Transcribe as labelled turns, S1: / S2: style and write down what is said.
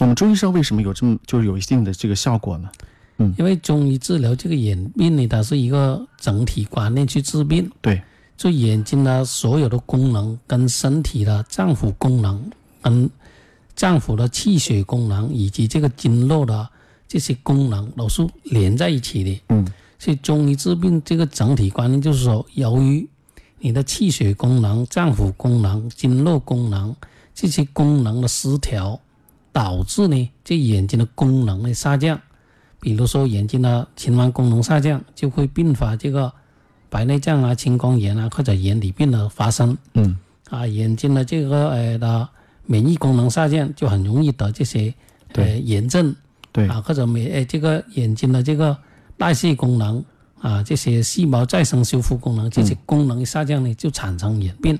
S1: 我们中医上为什么有这么就是有一定的这个效果呢？
S2: 因为中医治疗这个眼病呢，它是一个整体观念去治病，
S1: 对，
S2: 就眼睛的所有的功能跟身体的脏腑功能跟脏腑的气血功能以及这个经络的这些功能都是连在一起的。
S1: 嗯，
S2: 所以中医治病这个整体观念就是说，由于你的气血功能、脏腑功能、经络功能这些功能的失调，导致呢这眼睛的功能的下降。比如说眼睛的情盲功能下降，就会并发这个白内障啊、青光眼啊或者眼底病的发生
S1: 嗯，
S2: 啊。眼睛的这个呃的免疫功能下降，就很容易得这些呃
S1: 对
S2: 炎症
S1: 对，
S2: 啊，或者免呃这个眼睛的这个代谢功能
S1: 嗯
S2: 啊，这些细胞再生修复功能，这些功能一下降呢，就产生眼病。